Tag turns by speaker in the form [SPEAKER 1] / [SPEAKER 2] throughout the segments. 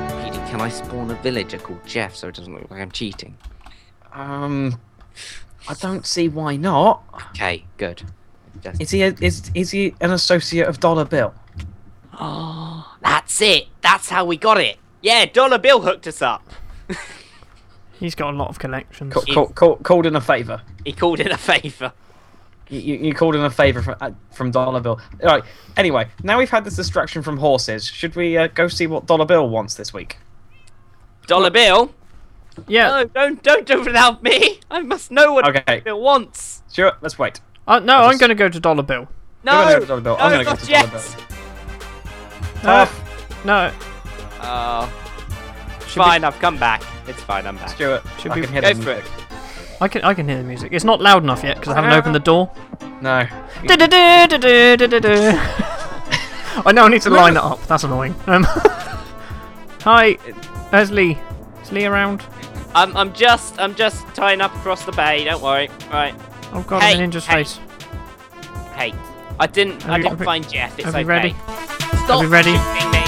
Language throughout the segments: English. [SPEAKER 1] I spawn a villager called Jeff so it doesn't look like I'm cheating?
[SPEAKER 2] Um, I don't see why not.
[SPEAKER 1] Okay, good. Just-
[SPEAKER 2] Is he a, is is he an associate of Dollar Bill?
[SPEAKER 1] Oh, that's it. That's how we got it. Yeah, Dollar Bill hooked us up.
[SPEAKER 3] He's got a lot of connections.
[SPEAKER 2] Ca- ca- ca- called in a favour.
[SPEAKER 1] He called in a favour.
[SPEAKER 2] You, you, you called in a favour from uh, from Dollar Bill. All right. Anyway, now we've had this distraction from horses. Should we uh, go see what Dollar Bill wants this week?
[SPEAKER 1] Dollar Bill?
[SPEAKER 3] Yeah.
[SPEAKER 1] No, don't don't do it without me. I must know what
[SPEAKER 2] Okay.
[SPEAKER 1] Dollar Bill wants.
[SPEAKER 2] Sure. Let's wait.
[SPEAKER 3] Uh, no,
[SPEAKER 2] I
[SPEAKER 3] I'm
[SPEAKER 2] just-
[SPEAKER 3] going to go to Dollar Bill.
[SPEAKER 1] No,
[SPEAKER 2] gonna go to Dollar Bill.
[SPEAKER 1] no,
[SPEAKER 2] I'm gonna go
[SPEAKER 1] not
[SPEAKER 2] to Dollar
[SPEAKER 1] yet.
[SPEAKER 3] No,
[SPEAKER 2] Tough.
[SPEAKER 3] no,
[SPEAKER 1] Oh, fine. I've come back. It's fine. I'm back.
[SPEAKER 2] Stuart,
[SPEAKER 3] Should
[SPEAKER 2] I
[SPEAKER 3] we
[SPEAKER 2] can hear
[SPEAKER 1] go
[SPEAKER 2] the
[SPEAKER 1] for
[SPEAKER 2] music.
[SPEAKER 3] I can I can hear the music. It's not loud enough yet because I haven't opened the door.
[SPEAKER 2] No.
[SPEAKER 3] Du-du-du-du-du-du-du-du. I know I need to line it up. That's annoying. Um, hi, there's Lee. Is Lee around?
[SPEAKER 1] I'm I'm just I'm just tying up across the bay. Don't worry. Right.
[SPEAKER 3] Oh god, I'm
[SPEAKER 1] Hey,
[SPEAKER 3] in Ninja's
[SPEAKER 1] hey,
[SPEAKER 3] face.
[SPEAKER 1] Hey, I didn't
[SPEAKER 3] Are
[SPEAKER 1] I
[SPEAKER 3] you-
[SPEAKER 1] didn't
[SPEAKER 3] are we-
[SPEAKER 1] find Jeff. It's
[SPEAKER 3] Are
[SPEAKER 1] okay.
[SPEAKER 3] we ready?
[SPEAKER 1] Stop
[SPEAKER 3] we ready?
[SPEAKER 1] shooting me.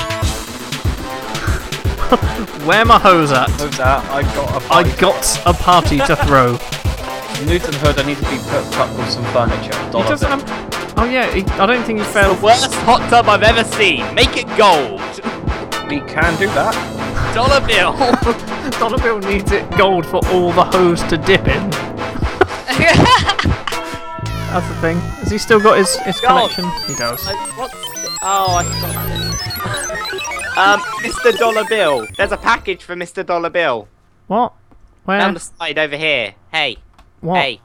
[SPEAKER 3] Where my hose at?
[SPEAKER 2] Move that. I got a
[SPEAKER 3] I
[SPEAKER 2] party.
[SPEAKER 3] got a party to throw.
[SPEAKER 2] Newton Hood. I need to be put up with some furniture.
[SPEAKER 3] He
[SPEAKER 2] Dollar
[SPEAKER 3] doesn't
[SPEAKER 2] Bill.
[SPEAKER 3] have- Oh yeah, he, I don't think he failed.
[SPEAKER 1] Worst hot tub I've ever seen. Make it gold.
[SPEAKER 2] We can do that.
[SPEAKER 1] Dollar bill.
[SPEAKER 3] Dollar Bill needs it gold for all the hose to dip in. That's the thing. Has he still got his, his
[SPEAKER 1] Gold.
[SPEAKER 3] connection? He does.
[SPEAKER 1] What's? Oh, I forgot about this. Um, Mr. Dollar Bill. There's a package for Mr. Dollar Bill
[SPEAKER 3] What? Where?
[SPEAKER 1] down the side over here. Hey,
[SPEAKER 3] what?
[SPEAKER 1] hey,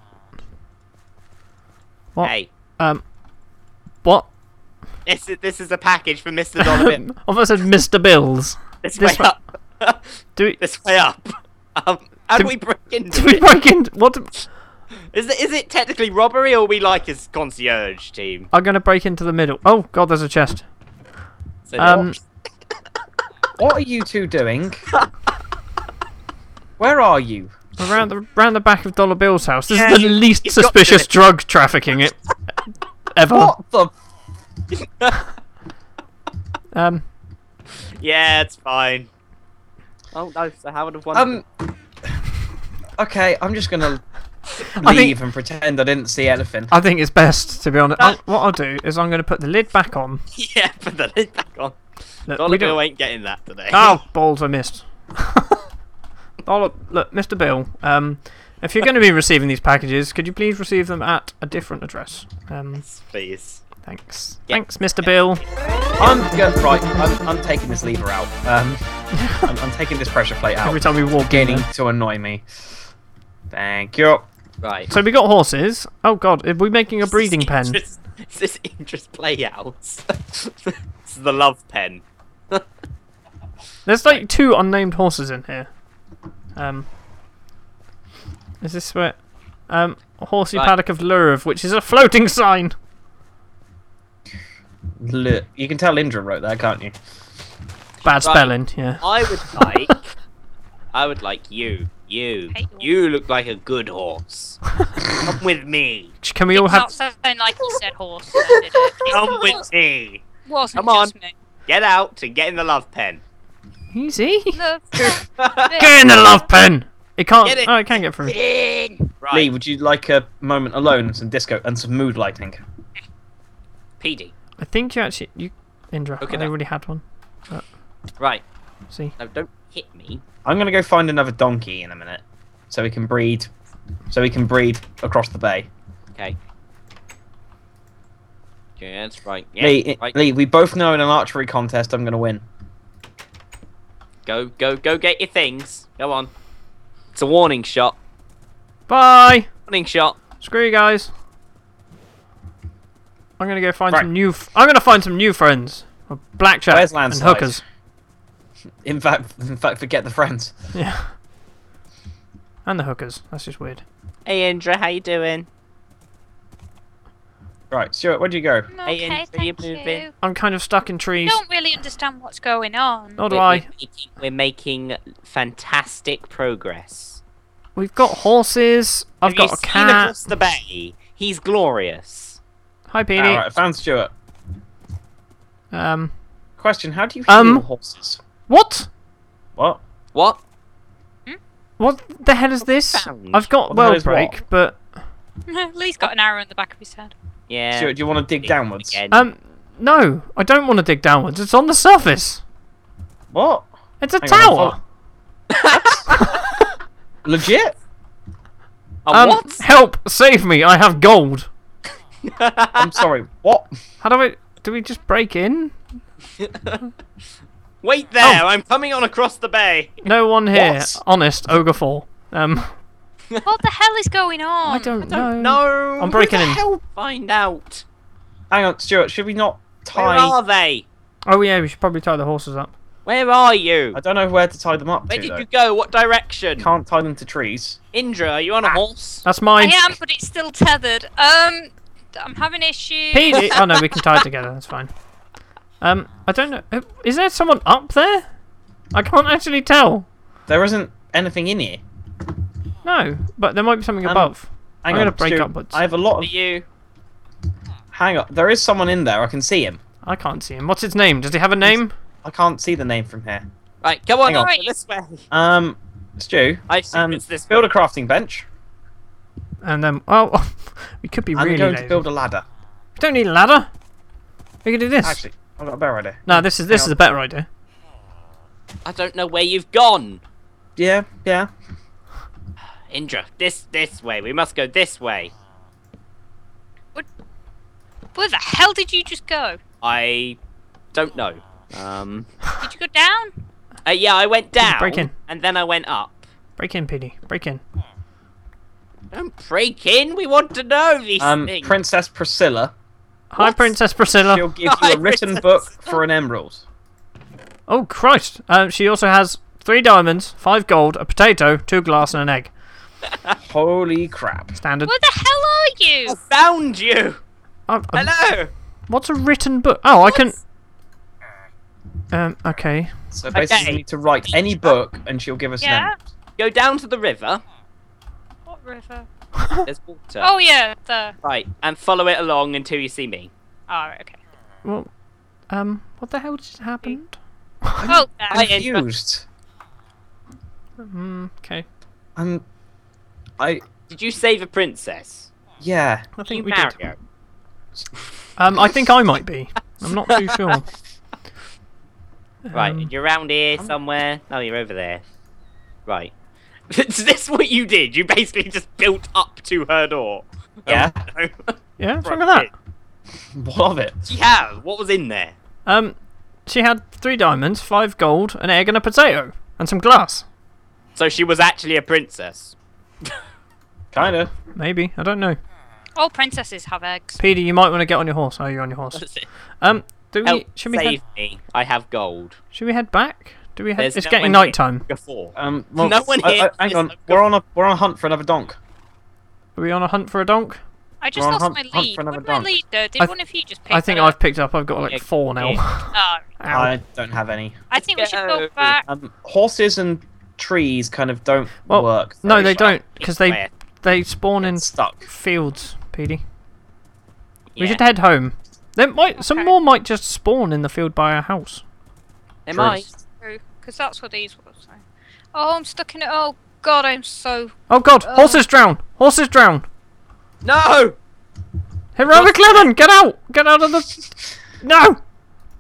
[SPEAKER 3] what?
[SPEAKER 1] hey.
[SPEAKER 3] Um. What?
[SPEAKER 1] This is this is a package for Mr. Dollar Bill.
[SPEAKER 3] I've said Mr. Bills.
[SPEAKER 1] This,
[SPEAKER 3] This
[SPEAKER 1] way
[SPEAKER 3] way-
[SPEAKER 1] up.
[SPEAKER 3] Do we?
[SPEAKER 1] this way up. Um, how do
[SPEAKER 3] Do-
[SPEAKER 1] we break
[SPEAKER 3] Do
[SPEAKER 1] into
[SPEAKER 3] we
[SPEAKER 1] it?
[SPEAKER 3] break in? What?
[SPEAKER 1] Is it, is it technically robbery, or are we like his concierge team?
[SPEAKER 3] I'm gonna break into the middle. Oh God, there's a chest.
[SPEAKER 1] So-
[SPEAKER 3] Um.
[SPEAKER 2] What are you two doing? Where are you?
[SPEAKER 3] Around the round the back of Dollar Bill's house. This
[SPEAKER 1] Yeah,
[SPEAKER 3] is
[SPEAKER 1] you-
[SPEAKER 3] the least
[SPEAKER 1] you've got to do
[SPEAKER 3] suspicious
[SPEAKER 1] it.
[SPEAKER 3] drug trafficking it ever.
[SPEAKER 2] What the?
[SPEAKER 3] Um.
[SPEAKER 1] yeah, it's fine. Oh no, so Howard have won.
[SPEAKER 2] Um. Okay, I'm just gonna leave
[SPEAKER 3] I think-
[SPEAKER 2] and pretend I didn't see anything.
[SPEAKER 3] I think it's best to be honest. I, what I'll do is I'm gonna put the lid back on.
[SPEAKER 1] yeah, put the lid back on.
[SPEAKER 3] Look,
[SPEAKER 1] Dollar
[SPEAKER 3] we
[SPEAKER 1] Bill
[SPEAKER 3] don't-
[SPEAKER 1] ain't getting that today.
[SPEAKER 3] Oh, balls! I missed. Dollar, look, Mr. Bill. Um, if you're going to be receiving these packages, could you please receive them at a different address? Um,
[SPEAKER 1] please.
[SPEAKER 3] thanks.
[SPEAKER 1] Yeah.
[SPEAKER 3] Thanks, Mr. Bill.
[SPEAKER 2] I'm going right. I'm, I'm taking this lever out. Um, I'm, I'm taking this pressure plate out.
[SPEAKER 3] Every time we walk in.
[SPEAKER 2] Beginning to annoy me. Thank you.
[SPEAKER 1] Right.
[SPEAKER 3] So we got horses. Oh God, are we making a breeding pen?
[SPEAKER 1] This is this interest playhouse. this is the love pen.
[SPEAKER 3] There's like two unnamed horses in here. Um, is this where? Um, horsey
[SPEAKER 1] Right.
[SPEAKER 3] paddock of Lurv, which is a floating sign.
[SPEAKER 2] Look, you can tell Indra wrote that, can't you?
[SPEAKER 3] Bad spelling. Yeah.
[SPEAKER 1] I would like. I would like you. You. You look like a good horse. Come with me.
[SPEAKER 3] Can we all have?
[SPEAKER 4] Not sound like you said horse. that did it.
[SPEAKER 1] Come
[SPEAKER 4] It
[SPEAKER 1] with me.
[SPEAKER 4] wasn't
[SPEAKER 1] Come on.
[SPEAKER 4] just me.
[SPEAKER 1] Get out and get in the love pen.
[SPEAKER 3] Easy.
[SPEAKER 4] The
[SPEAKER 3] Get in the love pen. It can't.
[SPEAKER 1] Get it.
[SPEAKER 3] Oh, it can get through.
[SPEAKER 1] Right.
[SPEAKER 2] Lee, would you like a moment alone, some disco, and some mood lighting?
[SPEAKER 1] PD.
[SPEAKER 3] I think you actually you Indra.
[SPEAKER 1] Okay,
[SPEAKER 3] I
[SPEAKER 1] now.
[SPEAKER 3] already had one.
[SPEAKER 1] Right.
[SPEAKER 3] See,
[SPEAKER 1] Now don't hit me.
[SPEAKER 2] I'm gonna go find another donkey in a minute, so we can breed, so we can breed across the bay.
[SPEAKER 1] Okay. Yeah, that's right. Yeah,
[SPEAKER 2] Lee, i-
[SPEAKER 1] right.
[SPEAKER 2] Lee, we both know in an archery contest I'm gonna win.
[SPEAKER 1] Go, go, go get your things. Go on. It's a warning shot.
[SPEAKER 3] bye.
[SPEAKER 1] Warning shot.
[SPEAKER 3] Screw you guys. I'm gonna go find
[SPEAKER 2] Right.
[SPEAKER 3] some new. F- I'm gonna find some new friends. Or Blackjack
[SPEAKER 2] Where's
[SPEAKER 3] and
[SPEAKER 2] Landslide?
[SPEAKER 3] hookers.
[SPEAKER 2] In fact, in fact, forget the friends.
[SPEAKER 3] Yeah. And the hookers. That's just weird.
[SPEAKER 1] Hey Indra, how you doing?
[SPEAKER 2] Right, Stuart, where do you go?
[SPEAKER 1] Hey,
[SPEAKER 4] Okay,
[SPEAKER 1] Andrew, you
[SPEAKER 4] thank
[SPEAKER 1] move
[SPEAKER 4] you.
[SPEAKER 1] in.
[SPEAKER 3] I'm kind of stuck in trees.
[SPEAKER 4] Don't really understand what's going on.
[SPEAKER 3] Nor do
[SPEAKER 1] we're,
[SPEAKER 3] I.
[SPEAKER 1] We're making, we're making fantastic progress.
[SPEAKER 3] We've got horses. I've
[SPEAKER 1] Have
[SPEAKER 3] got
[SPEAKER 1] you
[SPEAKER 3] a
[SPEAKER 1] seen
[SPEAKER 3] cat.
[SPEAKER 1] across the bay? He's glorious.
[SPEAKER 3] Hi,
[SPEAKER 2] All
[SPEAKER 3] Petey.
[SPEAKER 2] right, I found Stuart.
[SPEAKER 3] Um,
[SPEAKER 2] Question: How do you heal
[SPEAKER 3] Um,
[SPEAKER 2] horses?
[SPEAKER 3] what?
[SPEAKER 2] What?
[SPEAKER 1] What?
[SPEAKER 3] What the hell is this?
[SPEAKER 1] Found.
[SPEAKER 3] I've got
[SPEAKER 2] What the hell
[SPEAKER 3] well
[SPEAKER 2] is what?
[SPEAKER 3] break, but
[SPEAKER 4] Lee's got an arrow in the back of his head.
[SPEAKER 1] Yeah.
[SPEAKER 2] Stuart, do you want to dig downwards?
[SPEAKER 1] Again.
[SPEAKER 3] um, no, I don't want to dig downwards. It's on the surface.
[SPEAKER 2] What?
[SPEAKER 3] It's a
[SPEAKER 2] Hang on,
[SPEAKER 3] tower.
[SPEAKER 2] I'll- Legit?
[SPEAKER 1] Oh,
[SPEAKER 3] um,
[SPEAKER 1] what?
[SPEAKER 3] help! Save me! I have gold.
[SPEAKER 2] I'm sorry. What?
[SPEAKER 3] How do I? Do we just break in?
[SPEAKER 1] Wait
[SPEAKER 3] Oh.
[SPEAKER 1] there, I'm coming on across the bay.
[SPEAKER 3] No one here.
[SPEAKER 2] What?
[SPEAKER 3] Honest, ogre fall. Um,
[SPEAKER 4] What the hell is going on?
[SPEAKER 3] I don't, know.
[SPEAKER 1] No.
[SPEAKER 3] I'm breaking in.
[SPEAKER 1] Help find out.
[SPEAKER 2] Hang on, Stuart. Should we not
[SPEAKER 1] Where
[SPEAKER 2] tie?
[SPEAKER 1] are they?
[SPEAKER 3] Oh yeah, we should probably tie the horses up.
[SPEAKER 1] Where are you?
[SPEAKER 2] I don't know where to tie them up
[SPEAKER 1] Where
[SPEAKER 2] to.
[SPEAKER 1] did
[SPEAKER 2] though.
[SPEAKER 1] you go? What direction?
[SPEAKER 2] Can't Ah. tie them to trees.
[SPEAKER 1] Indra, are you on a horse?
[SPEAKER 3] That's
[SPEAKER 4] I
[SPEAKER 3] mine.
[SPEAKER 4] am, but it's still tethered. Um, I'm having issues.
[SPEAKER 3] Pete. oh no, we can tie it together. That's fine. Um, I don't know. uh, Is there someone up there? I can't actually tell.
[SPEAKER 2] There isn't anything in here.
[SPEAKER 3] No, but there might be something
[SPEAKER 2] Um,
[SPEAKER 3] above.
[SPEAKER 2] Hang
[SPEAKER 3] I'm
[SPEAKER 2] on,
[SPEAKER 3] gonna break
[SPEAKER 2] Stuart,
[SPEAKER 3] upwards.
[SPEAKER 2] I have a lot
[SPEAKER 1] Oh, Are
[SPEAKER 2] of.
[SPEAKER 1] you?
[SPEAKER 2] Hang on. There is someone in there. I can see him.
[SPEAKER 3] I can't see him. What's its name? Does it have a name?
[SPEAKER 2] I can't see the name from here.
[SPEAKER 1] Right, come on,
[SPEAKER 2] Hang on.
[SPEAKER 1] Alright, this way.
[SPEAKER 2] Um, Stu.
[SPEAKER 1] I assume
[SPEAKER 2] um,
[SPEAKER 1] it's this
[SPEAKER 2] build
[SPEAKER 1] way.
[SPEAKER 2] a crafting bench.
[SPEAKER 3] And then, oh, we could be
[SPEAKER 2] I'm
[SPEAKER 3] really
[SPEAKER 2] going
[SPEAKER 3] lazy.
[SPEAKER 2] to build a ladder.
[SPEAKER 3] We don't need a ladder. We can do this.
[SPEAKER 2] Actually, I've got a better idea.
[SPEAKER 3] no, this is this
[SPEAKER 2] hang
[SPEAKER 3] is
[SPEAKER 2] on.
[SPEAKER 3] a better idea.
[SPEAKER 1] I don't know where you've gone.
[SPEAKER 2] Yeah, yeah.
[SPEAKER 1] Indra, this this way. We must go this way.
[SPEAKER 4] Where the hell did you just go?
[SPEAKER 1] I don't know. Um.
[SPEAKER 4] Did you go down?
[SPEAKER 1] uh, yeah, I went down.
[SPEAKER 3] break in.
[SPEAKER 1] And then I went up.
[SPEAKER 3] Break in, Petey. Break in.
[SPEAKER 1] Don't break in. We want to know these
[SPEAKER 2] Um,
[SPEAKER 1] things.
[SPEAKER 2] Princess Priscilla.
[SPEAKER 3] Hi,
[SPEAKER 1] What?
[SPEAKER 3] Princess Priscilla.
[SPEAKER 2] She'll give you
[SPEAKER 1] Hi,
[SPEAKER 2] a written
[SPEAKER 1] Princess.
[SPEAKER 2] book for an emerald.
[SPEAKER 3] Oh Christ! Um, she also has three diamonds, five gold, a potato, two glass, and an egg.
[SPEAKER 2] Holy crap.
[SPEAKER 3] Standard.
[SPEAKER 4] Where the hell are
[SPEAKER 1] I
[SPEAKER 3] Oh,
[SPEAKER 4] you?
[SPEAKER 1] found you.
[SPEAKER 3] Um, um,
[SPEAKER 1] Hello.
[SPEAKER 3] What's a written book? Oh, I can. Um. Okay.
[SPEAKER 2] So basically,
[SPEAKER 1] Okay.
[SPEAKER 2] you need to write any book and she'll give us an
[SPEAKER 4] Yeah.
[SPEAKER 2] emerald.
[SPEAKER 1] Go down to the river.
[SPEAKER 4] What river?
[SPEAKER 1] There's water.
[SPEAKER 4] Oh yeah, the.
[SPEAKER 1] Right, and follow it along until you see me.
[SPEAKER 4] All right, okay.
[SPEAKER 3] Well. Um. What the hell just happened?
[SPEAKER 4] Oh,
[SPEAKER 1] I-
[SPEAKER 4] there.
[SPEAKER 2] Confused.
[SPEAKER 3] Hmm. Okay.
[SPEAKER 2] I'm. I.
[SPEAKER 1] Did you save a princess?
[SPEAKER 2] Yeah.
[SPEAKER 3] I
[SPEAKER 1] You
[SPEAKER 3] think we did.
[SPEAKER 1] Mario.
[SPEAKER 3] Um. I think I might be. I'm not too sure.
[SPEAKER 1] Right,
[SPEAKER 3] Um,
[SPEAKER 1] you're around here somewhere. No, you're over there. Right. Is this what you did? You basically just built up to her door.
[SPEAKER 2] Yeah.
[SPEAKER 1] Oh, no.
[SPEAKER 3] Yeah. What's wrong with that?
[SPEAKER 2] What of it?
[SPEAKER 1] Yeah, what was in there?
[SPEAKER 3] Um. She had three diamonds, five gold, an egg, and a potato, and some glass.
[SPEAKER 1] So she was actually a princess.
[SPEAKER 2] Kinda.
[SPEAKER 3] Maybe. I don't know.
[SPEAKER 4] All princesses have eggs.
[SPEAKER 3] Peter, you might want to get on your horse. Oh, you're on your horse. Um. Do we?
[SPEAKER 1] Help
[SPEAKER 3] should we?
[SPEAKER 1] save
[SPEAKER 3] Head,
[SPEAKER 1] me. I have gold.
[SPEAKER 3] should we head back? Do we head?
[SPEAKER 1] There's
[SPEAKER 3] it's
[SPEAKER 1] no one
[SPEAKER 3] getting
[SPEAKER 1] here.
[SPEAKER 3] night time.
[SPEAKER 1] Before.
[SPEAKER 2] Um. Well,
[SPEAKER 1] No one
[SPEAKER 2] I-
[SPEAKER 1] here
[SPEAKER 2] I- hang
[SPEAKER 1] is
[SPEAKER 2] on.
[SPEAKER 1] a-
[SPEAKER 2] We're on a we're on a hunt for another donk.
[SPEAKER 3] Are we on a hunt for a donk?
[SPEAKER 4] I just
[SPEAKER 2] Well,
[SPEAKER 4] lost
[SPEAKER 2] hunt-
[SPEAKER 4] my
[SPEAKER 2] hunt
[SPEAKER 4] lead.
[SPEAKER 2] for another
[SPEAKER 4] What did my
[SPEAKER 2] dunk.
[SPEAKER 4] lead do? Did
[SPEAKER 3] I th-
[SPEAKER 4] one of you just pick
[SPEAKER 3] I think
[SPEAKER 4] that
[SPEAKER 3] I've
[SPEAKER 4] up?
[SPEAKER 3] picked up. I've got
[SPEAKER 1] Yeah,
[SPEAKER 3] like four now.
[SPEAKER 4] Oh,
[SPEAKER 3] Ow.
[SPEAKER 2] I don't have any.
[SPEAKER 4] I think we should go
[SPEAKER 1] Go.
[SPEAKER 4] back.
[SPEAKER 2] Um. Horses and trees kind of don't
[SPEAKER 3] Well,
[SPEAKER 2] work.
[SPEAKER 3] No,
[SPEAKER 2] very
[SPEAKER 3] they
[SPEAKER 2] well.
[SPEAKER 3] don't, because they
[SPEAKER 1] Where?
[SPEAKER 3] they spawn in
[SPEAKER 2] It's stuck.
[SPEAKER 3] fields. Petey, we
[SPEAKER 1] Yeah.
[SPEAKER 3] should head home. There might some
[SPEAKER 4] Okay.
[SPEAKER 3] more might just spawn in the field by our house.
[SPEAKER 1] Am I?
[SPEAKER 2] Trees.
[SPEAKER 4] Because that's what these were. So. Oh, I'm stuck in it. Oh, God, I'm so.
[SPEAKER 3] Oh God!
[SPEAKER 4] Oh.
[SPEAKER 3] Horses drown! Horses drown!
[SPEAKER 1] No!
[SPEAKER 3] Heroic Lennon, get out! Get out of the! No!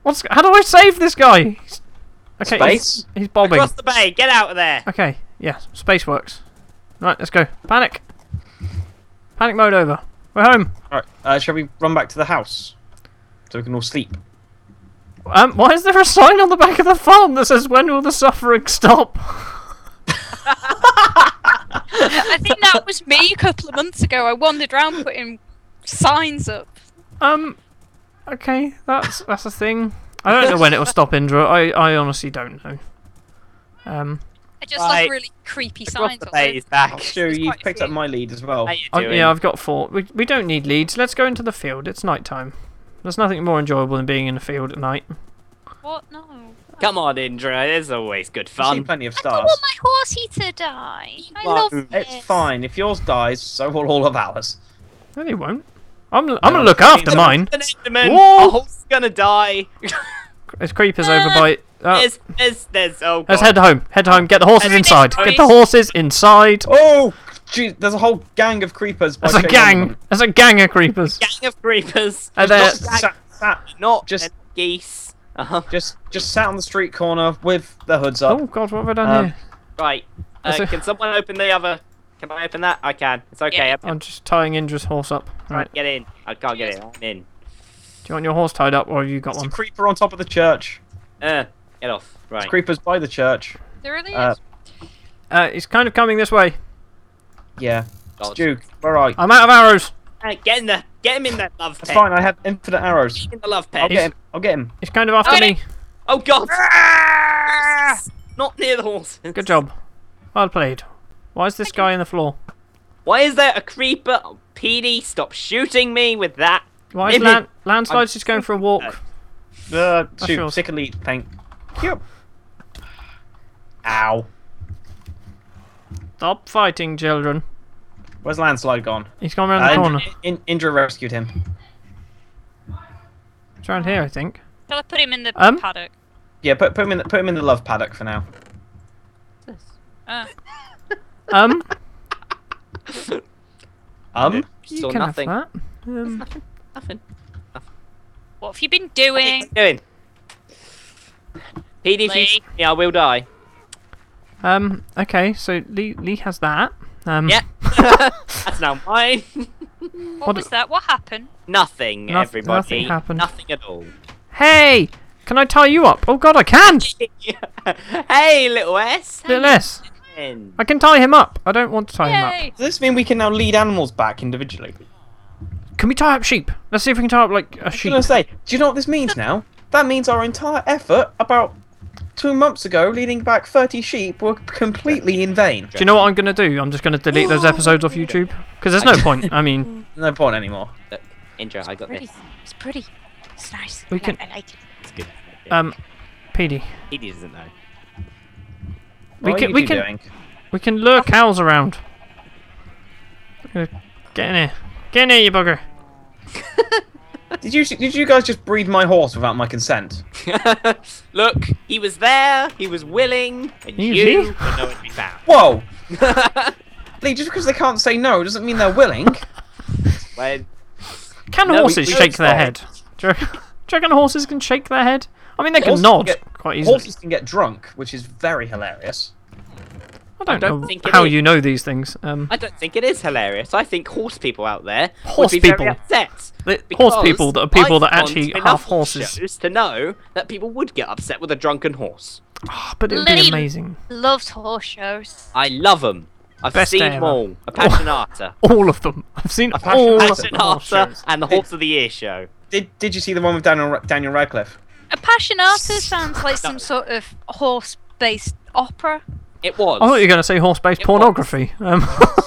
[SPEAKER 3] What's? How do I save this guy? He's- Okay,
[SPEAKER 2] Space?
[SPEAKER 3] he's, he's bobbing.
[SPEAKER 1] Across the bay, get out of there!
[SPEAKER 3] Okay, yeah, space works. Right, let's go. Panic. Panic mode over. We're home.
[SPEAKER 2] Alright, uh, shall we run back to the house? So we can all sleep.
[SPEAKER 3] Um, why is there a sign on the back of the farm that says "When will the suffering stop"?
[SPEAKER 4] I think that was me a couple of months ago. I wandered around putting signs up.
[SPEAKER 3] Um, okay, that's that's a thing. I don't know when it will stop, Indra. I I honestly don't know. Um,
[SPEAKER 4] I just
[SPEAKER 1] Right.
[SPEAKER 4] love really creepy
[SPEAKER 1] Across
[SPEAKER 4] signs.
[SPEAKER 1] the
[SPEAKER 4] up there.
[SPEAKER 1] bay is back.
[SPEAKER 2] Stu,
[SPEAKER 4] it's
[SPEAKER 2] you've
[SPEAKER 4] quite
[SPEAKER 2] picked
[SPEAKER 4] a
[SPEAKER 2] up my lead as well.
[SPEAKER 1] How you
[SPEAKER 3] I,
[SPEAKER 1] doing?
[SPEAKER 3] Oh, yeah, I've got four. We we don't need leads. Let's go into the field. It's night time. There's nothing more enjoyable than being in the field at night.
[SPEAKER 4] What? No.
[SPEAKER 1] Come on, Indra. It's always good
[SPEAKER 2] You see
[SPEAKER 1] fun.
[SPEAKER 2] plenty of
[SPEAKER 4] I don't
[SPEAKER 2] stars.
[SPEAKER 4] want my horsey to die. I
[SPEAKER 1] Well,
[SPEAKER 4] love this.
[SPEAKER 2] It's fine. If yours dies, so will all of ours.
[SPEAKER 3] No, they won't. I'm I'm gonna look after mine.
[SPEAKER 1] An Enderman.
[SPEAKER 3] Whoa!
[SPEAKER 1] A horse is gonna die.
[SPEAKER 3] There's creepers over by
[SPEAKER 2] Oh.
[SPEAKER 3] Uh,
[SPEAKER 1] There's, there's, there's, oh
[SPEAKER 3] let's
[SPEAKER 1] God.
[SPEAKER 3] head home. Head home. Get the horses
[SPEAKER 4] Sorry,
[SPEAKER 3] inside.
[SPEAKER 4] sorry.
[SPEAKER 3] Get the horses inside.
[SPEAKER 2] Oh, geez, there's a whole gang of creepers. by
[SPEAKER 3] There's a
[SPEAKER 2] Shane
[SPEAKER 3] gang.
[SPEAKER 2] London.
[SPEAKER 3] There's a gang of creepers.
[SPEAKER 1] Gang of creepers.
[SPEAKER 3] And they're,
[SPEAKER 2] Just sat, sat-
[SPEAKER 1] Not
[SPEAKER 2] Uh, Just-
[SPEAKER 1] just geese. Uh-huh.
[SPEAKER 2] just, just sat on the street corner with their hoods up.
[SPEAKER 3] oh God, what have I done
[SPEAKER 2] Um,
[SPEAKER 3] here?
[SPEAKER 1] Right. Uh,
[SPEAKER 3] Is it-
[SPEAKER 1] Can someone open the other? Can I open that? I can. It's okay.
[SPEAKER 4] Yeah.
[SPEAKER 1] I
[SPEAKER 3] I'm just tying Indra's horse up. Right.
[SPEAKER 1] can't get in. I can't get in. I'm in.
[SPEAKER 3] Do you want your horse tied up, or have you got
[SPEAKER 2] There's a
[SPEAKER 3] one?
[SPEAKER 2] creeper on top of the church.
[SPEAKER 1] Uh, get off. Right.
[SPEAKER 2] There's creepers by the church.
[SPEAKER 4] There really
[SPEAKER 2] Uh,
[SPEAKER 4] is.
[SPEAKER 3] Uh, he's kind of coming this way.
[SPEAKER 2] Yeah.
[SPEAKER 1] God.
[SPEAKER 2] Duke, where are you?
[SPEAKER 3] I'm out of arrows.
[SPEAKER 1] Uh, Get in there. Get him in that love
[SPEAKER 2] That's
[SPEAKER 1] pet.
[SPEAKER 2] fine. I have infinite arrows.
[SPEAKER 1] Get in the love
[SPEAKER 2] I'll
[SPEAKER 1] pet.
[SPEAKER 2] get him. I'll get him.
[SPEAKER 3] He's kind of after
[SPEAKER 4] Oh,
[SPEAKER 3] me.
[SPEAKER 1] Oh God.
[SPEAKER 2] Ah!
[SPEAKER 4] Ah!
[SPEAKER 1] Not near the horses.
[SPEAKER 3] Good job. Well played. Why is this guy on the floor?
[SPEAKER 1] Why is there a creeper? Oh, PD, stop shooting me with that.
[SPEAKER 3] Why is
[SPEAKER 1] Maybe-
[SPEAKER 3] Lan- Landslide's just going for a walk?
[SPEAKER 2] Uh, shoot,
[SPEAKER 3] yours.
[SPEAKER 2] sick elite paint. Yep. Ow.
[SPEAKER 3] Stop fighting, children.
[SPEAKER 2] Where's landslide gone?
[SPEAKER 3] He's gone around the
[SPEAKER 2] Uh,
[SPEAKER 3] corner.
[SPEAKER 2] In- In- Indra rescued him.
[SPEAKER 3] It's around here, I think.
[SPEAKER 4] Shall I put him in the
[SPEAKER 3] um,
[SPEAKER 4] paddock?
[SPEAKER 2] Yeah, put, put him in the, put him in the love paddock for now.
[SPEAKER 4] Uh,
[SPEAKER 3] Um,
[SPEAKER 2] Um,
[SPEAKER 3] you
[SPEAKER 1] Saw
[SPEAKER 3] can
[SPEAKER 1] nothing.
[SPEAKER 3] have that. Um,
[SPEAKER 1] Nothing.
[SPEAKER 4] what have you been
[SPEAKER 1] What
[SPEAKER 4] doing?
[SPEAKER 1] are you doing? PD, if you
[SPEAKER 4] Lee.
[SPEAKER 1] shoot me, I will die.
[SPEAKER 3] Hmm. um, okay, so Lee Lee has that. Um,
[SPEAKER 1] Yeah. That's now mine.
[SPEAKER 4] What,
[SPEAKER 3] What-
[SPEAKER 4] was that? What happened?
[SPEAKER 1] nothing,
[SPEAKER 3] Noth-
[SPEAKER 1] everybody.
[SPEAKER 3] nothing happened.
[SPEAKER 1] Nothing at all.
[SPEAKER 3] Hey, can I tie you up? Oh God, I can.
[SPEAKER 1] hey, little S.
[SPEAKER 3] Little S,
[SPEAKER 1] And
[SPEAKER 3] I can tie him up. I don't want to tie him
[SPEAKER 4] Yay!
[SPEAKER 2] does this mean we can now lead animals back individually?
[SPEAKER 3] up. Can we tie up sheep? Let's see if we can tie up like a
[SPEAKER 2] I
[SPEAKER 3] sheep.
[SPEAKER 2] was gonna say, do you know what this means now? That means our entire effort about two months ago, leading back 30 sheep, were completely in vain.
[SPEAKER 3] Do you know what I'm gonna do? I'm just gonna delete those episodes off YouTube because there's no point. I mean,
[SPEAKER 2] No point anymore.
[SPEAKER 1] Look, Indra, I got
[SPEAKER 4] Pretty.
[SPEAKER 1] this.
[SPEAKER 4] It's pretty. It's nice.
[SPEAKER 3] We
[SPEAKER 4] I,
[SPEAKER 3] can-
[SPEAKER 4] I like it.
[SPEAKER 1] It's good.
[SPEAKER 3] um, PD,
[SPEAKER 1] PD doesn't know.
[SPEAKER 3] We
[SPEAKER 2] What
[SPEAKER 3] can-
[SPEAKER 2] are you
[SPEAKER 3] we
[SPEAKER 2] two
[SPEAKER 3] can-
[SPEAKER 2] doing?
[SPEAKER 3] we can lure cows around. Get in here, get in here, you bugger.
[SPEAKER 2] Did you did you guys just breed my horse without my consent?
[SPEAKER 1] Look, he was there. He was willing, and
[SPEAKER 3] You
[SPEAKER 1] you,
[SPEAKER 3] see?
[SPEAKER 1] were nowhere to be found.
[SPEAKER 2] Whoa! Lee, just because they can't say no doesn't mean they're willing.
[SPEAKER 1] When
[SPEAKER 3] Can
[SPEAKER 1] No, we-
[SPEAKER 3] horses
[SPEAKER 1] we-
[SPEAKER 3] shake their
[SPEAKER 1] sorry.
[SPEAKER 3] head? Do you, do you reckon horses can shake their head? I mean, they can
[SPEAKER 2] Horses
[SPEAKER 3] nod
[SPEAKER 2] get-
[SPEAKER 3] quite easily.
[SPEAKER 2] Horses can get drunk, which is very hilarious.
[SPEAKER 3] I don't,
[SPEAKER 1] I don't
[SPEAKER 3] know
[SPEAKER 1] think it
[SPEAKER 3] how
[SPEAKER 1] is.
[SPEAKER 3] you know these things. Um,
[SPEAKER 1] I don't think it is hilarious. I think horse people out there
[SPEAKER 3] Horse
[SPEAKER 1] would be
[SPEAKER 3] people.
[SPEAKER 1] very upset.
[SPEAKER 3] The-
[SPEAKER 1] because
[SPEAKER 3] horse people that are people
[SPEAKER 1] I've
[SPEAKER 3] that
[SPEAKER 1] gone
[SPEAKER 3] actually
[SPEAKER 1] to
[SPEAKER 3] have
[SPEAKER 1] enough
[SPEAKER 3] horses.
[SPEAKER 1] shows to know that people would get upset with a drunken horse.
[SPEAKER 3] but it would be
[SPEAKER 4] Lame.
[SPEAKER 3] amazing.
[SPEAKER 4] Loves horse shows.
[SPEAKER 1] I love them. I've
[SPEAKER 3] Best
[SPEAKER 1] seen
[SPEAKER 3] day
[SPEAKER 1] them
[SPEAKER 3] ever.
[SPEAKER 1] all. A passionata,
[SPEAKER 3] All of them. I've seen
[SPEAKER 2] passion-
[SPEAKER 3] all of them.
[SPEAKER 1] passionata, and the horse of the year show.
[SPEAKER 2] Did did you see the one with Daniel Ra- Daniel Radcliffe?
[SPEAKER 4] A passionata sounds like some sort of horse-based opera.
[SPEAKER 1] It was.
[SPEAKER 3] I thought you were going to say horse-based
[SPEAKER 1] was.
[SPEAKER 3] pornography. Um,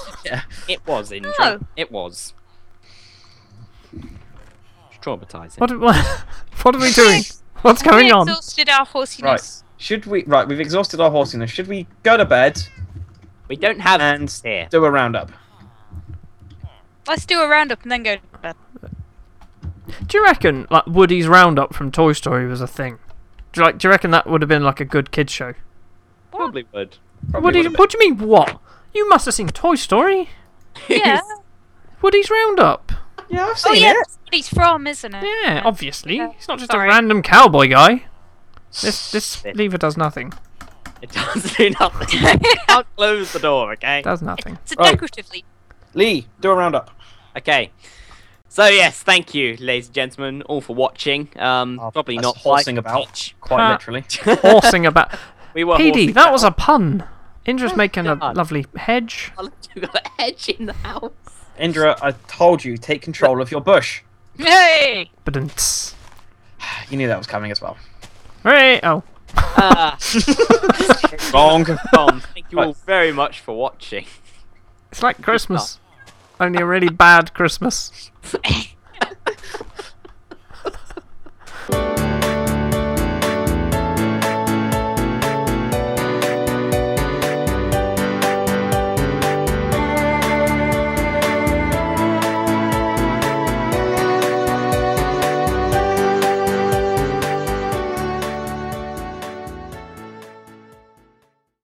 [SPEAKER 1] It was, Indra.
[SPEAKER 4] Oh.
[SPEAKER 1] It was. It's traumatizing.
[SPEAKER 3] what, what, what are we doing? What's going
[SPEAKER 4] we
[SPEAKER 3] on?
[SPEAKER 4] exhausted our
[SPEAKER 2] Right.
[SPEAKER 4] horsiness.
[SPEAKER 2] Should we right? We've exhausted our horsiness. Should we go to bed
[SPEAKER 1] We don't have
[SPEAKER 2] and
[SPEAKER 1] hands here.
[SPEAKER 2] do a roundup?
[SPEAKER 4] Let's do a roundup and then go to bed.
[SPEAKER 3] Do you reckon like Woody's Roundup from Toy Story was a thing? Do you, like, do you reckon that would have been like a good kid show?
[SPEAKER 1] Probably would.
[SPEAKER 3] What do, you, what do you mean? What? You must have seen Toy Story.
[SPEAKER 4] Yeah.
[SPEAKER 3] Woody's Roundup.
[SPEAKER 2] Yeah, I've
[SPEAKER 4] Oh
[SPEAKER 2] seen
[SPEAKER 4] yeah,
[SPEAKER 2] it.
[SPEAKER 4] that's what he's from, isn't it?
[SPEAKER 3] Yeah, obviously. He's not just
[SPEAKER 4] Sorry.
[SPEAKER 3] a random cowboy guy. This this lever does nothing.
[SPEAKER 1] It does do nothing. You can't close the door, okay?
[SPEAKER 3] Does nothing.
[SPEAKER 4] It's a
[SPEAKER 2] Right.
[SPEAKER 4] decorative leaf.
[SPEAKER 2] Lee, do a roundup.
[SPEAKER 1] Okay. So yes, thank you, ladies and gentlemen, all for watching. Um,
[SPEAKER 2] Oh,
[SPEAKER 1] probably
[SPEAKER 2] that's
[SPEAKER 1] not
[SPEAKER 2] horsing
[SPEAKER 1] live
[SPEAKER 2] about.
[SPEAKER 1] much.
[SPEAKER 2] Quite
[SPEAKER 3] Ah.
[SPEAKER 2] literally.
[SPEAKER 3] Horsing about.
[SPEAKER 1] We were
[SPEAKER 3] PD,
[SPEAKER 1] horsing
[SPEAKER 3] that was a
[SPEAKER 1] about.
[SPEAKER 3] pun. Indra's making a
[SPEAKER 1] God.
[SPEAKER 3] lovely hedge.
[SPEAKER 1] You got a hedge in the house.
[SPEAKER 2] Indra, I told you, take control of your bush.
[SPEAKER 4] Hey!
[SPEAKER 3] But
[SPEAKER 2] You knew that was coming as well.
[SPEAKER 3] Right. Oh.
[SPEAKER 1] Ah,
[SPEAKER 2] Wrong.
[SPEAKER 1] Tom, thank you all very much for watching.
[SPEAKER 3] It's like Christmas. Only a really bad Christmas.